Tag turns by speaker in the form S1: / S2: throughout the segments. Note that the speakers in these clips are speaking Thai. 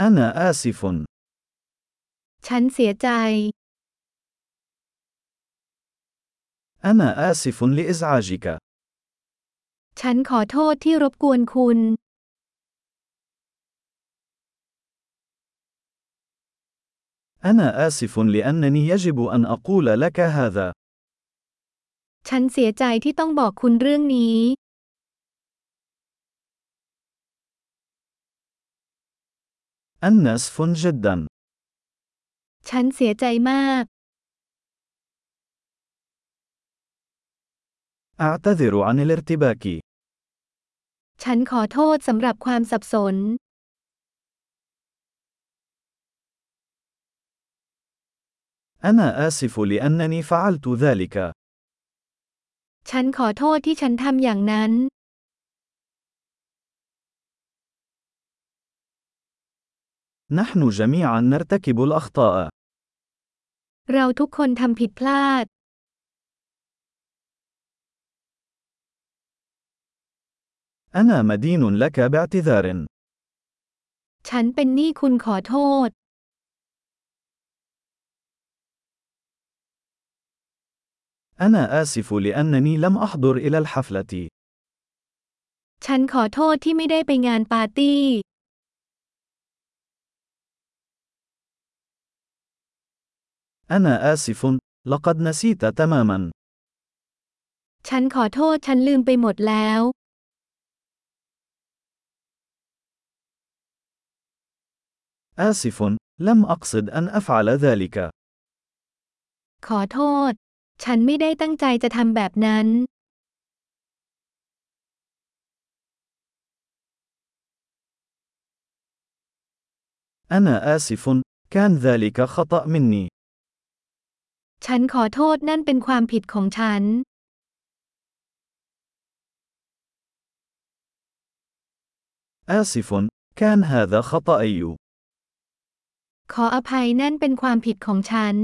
S1: أنا آسف.
S2: ฉันเสียใจ
S1: أنا آسف لإزعاجك.
S2: ฉันขอโทษที่รบกวนคุณ
S1: أنا آسف لأنني يجب أن أقول لك هذا.
S2: ฉันเสียใจที่ต้องบอกคุณเรื่องนี้
S1: أنا آسف جدا.
S2: ฉันเสียใจมาก
S1: أعتذر عن الارتباك.
S2: ฉันขอโทษสำหรับความสับสน
S1: أنا آسف لأنني فعلت ذلك.
S2: ฉันขอโทษที่ฉันทำอย่างนั้น
S1: نحن جميعا نرتكب الأخطاء.
S2: เราทุกคนทำผิดพลาด
S1: أنا مدين لك باعتذار.
S2: ฉันเป็นหนี้คุณขอโทษ
S1: أنا آسف لأنني لم أحضر إلى الحفلة.
S2: ฉันขอโทษที่ไม่ได้ไปงานปาร์ตี้
S1: أنا آسف. لقد نسيت تماما.
S2: ฉันขอโทษฉันลืมไปหมดแล้ว
S1: آسف. لم أقصد أن أفعل ذلك.
S2: ขอโทษ ฉันไม่ได้ตั้งใจจะทำแบบนั้น
S1: أنا آسف. كان ذلك خطأ مني.
S2: ฉันขอโทษนั่นเป็นความผิดของฉัน
S1: آسف. كان هذا خطأي.
S2: ขออภัยนั่นเป็นความผิดของฉัน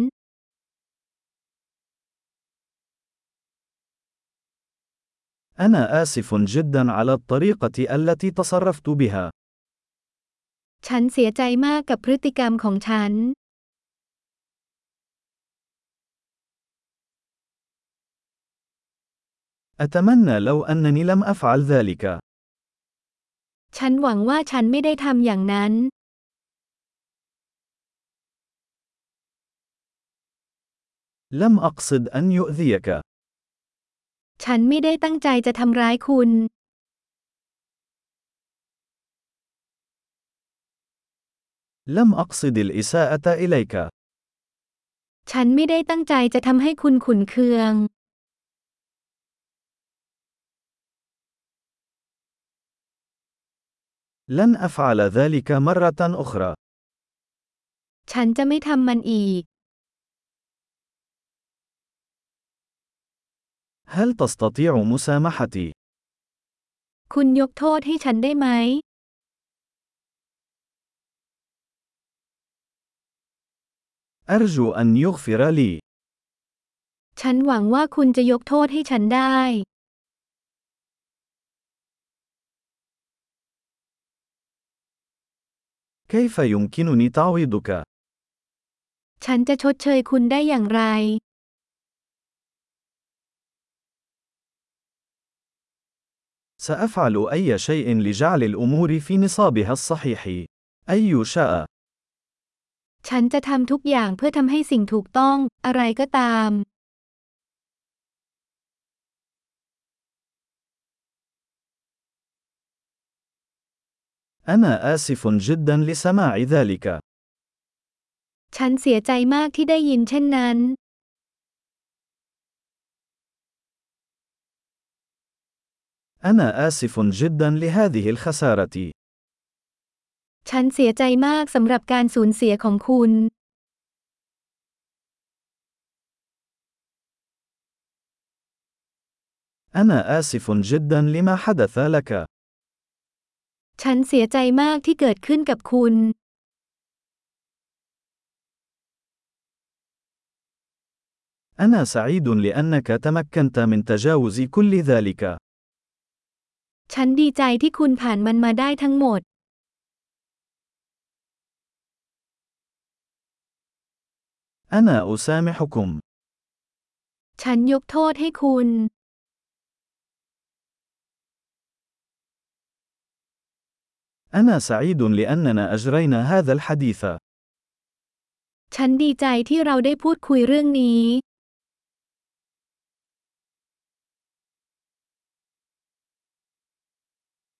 S1: أنا آسف جدا على الطريقة التي تصرفت بها.
S2: ฉันเสียใจมากกับพฤติกรรมของฉัน
S1: أتمنى لو أنني لم أفعل ذلك.
S2: ฉันหวังว่าฉันไม่ได้ทำอย่างนั้น
S1: لم أقصد أن يؤذيك.
S2: ฉันไม่ได้ตั้งใจจะทำร้ายคุณ
S1: لم أقصد الإساءة إليك.
S2: ฉันไม่ได้ตั้งใจจะทำให้คุณขุนเคือง
S1: لن أفعل ذلك مرة أخرى.
S2: ฉันจะไม่ทำมันอีก
S1: هل تستطيع مسامحتي؟
S2: คุณยกโทษให้ฉันได้ไหม
S1: أرجو أن يغفر لي.
S2: ฉันหวังว่าคุณจะยกโทษให้ฉันได้
S1: كيف يمكنني تعويضك؟
S2: ฉันจะชดเชยคุณได้อย่างไร
S1: سأفعل أي شيء لجعل الأمور في نصابها الصحيح. أي شاء.
S2: ฉันจะทำทุกอย่างเพื่อทำให้สิ่งถูกต้อง อะไรก็ตาม
S1: أنا آسف جدا لسماع ذلك.
S2: ฉันเสียใจมากที่ได้ยินเช่นนั้น
S1: أنا آسف جدا لهذه الخسارة.
S2: ฉันเสียใจมากสำหรับการสูญเสียของคุณ
S1: أنا آسف جدا لما حدث لك.
S2: ฉันเสียใจมากที่เกิดขึ้นกับคุณ
S1: أنا سعيد لأنك تمكنت من تجاوز كل ذلك.
S2: ฉันดีใจที่คุณผ่านมันมาได้ทั้งหมด
S1: أنا أسامحكم.
S2: ฉันยกโทษให้คุณ
S1: أنا سعيد لأننا أجرينا هذا الحديث.
S2: ฉันดีใจที่เราได้พูดคุยเรื่องนี้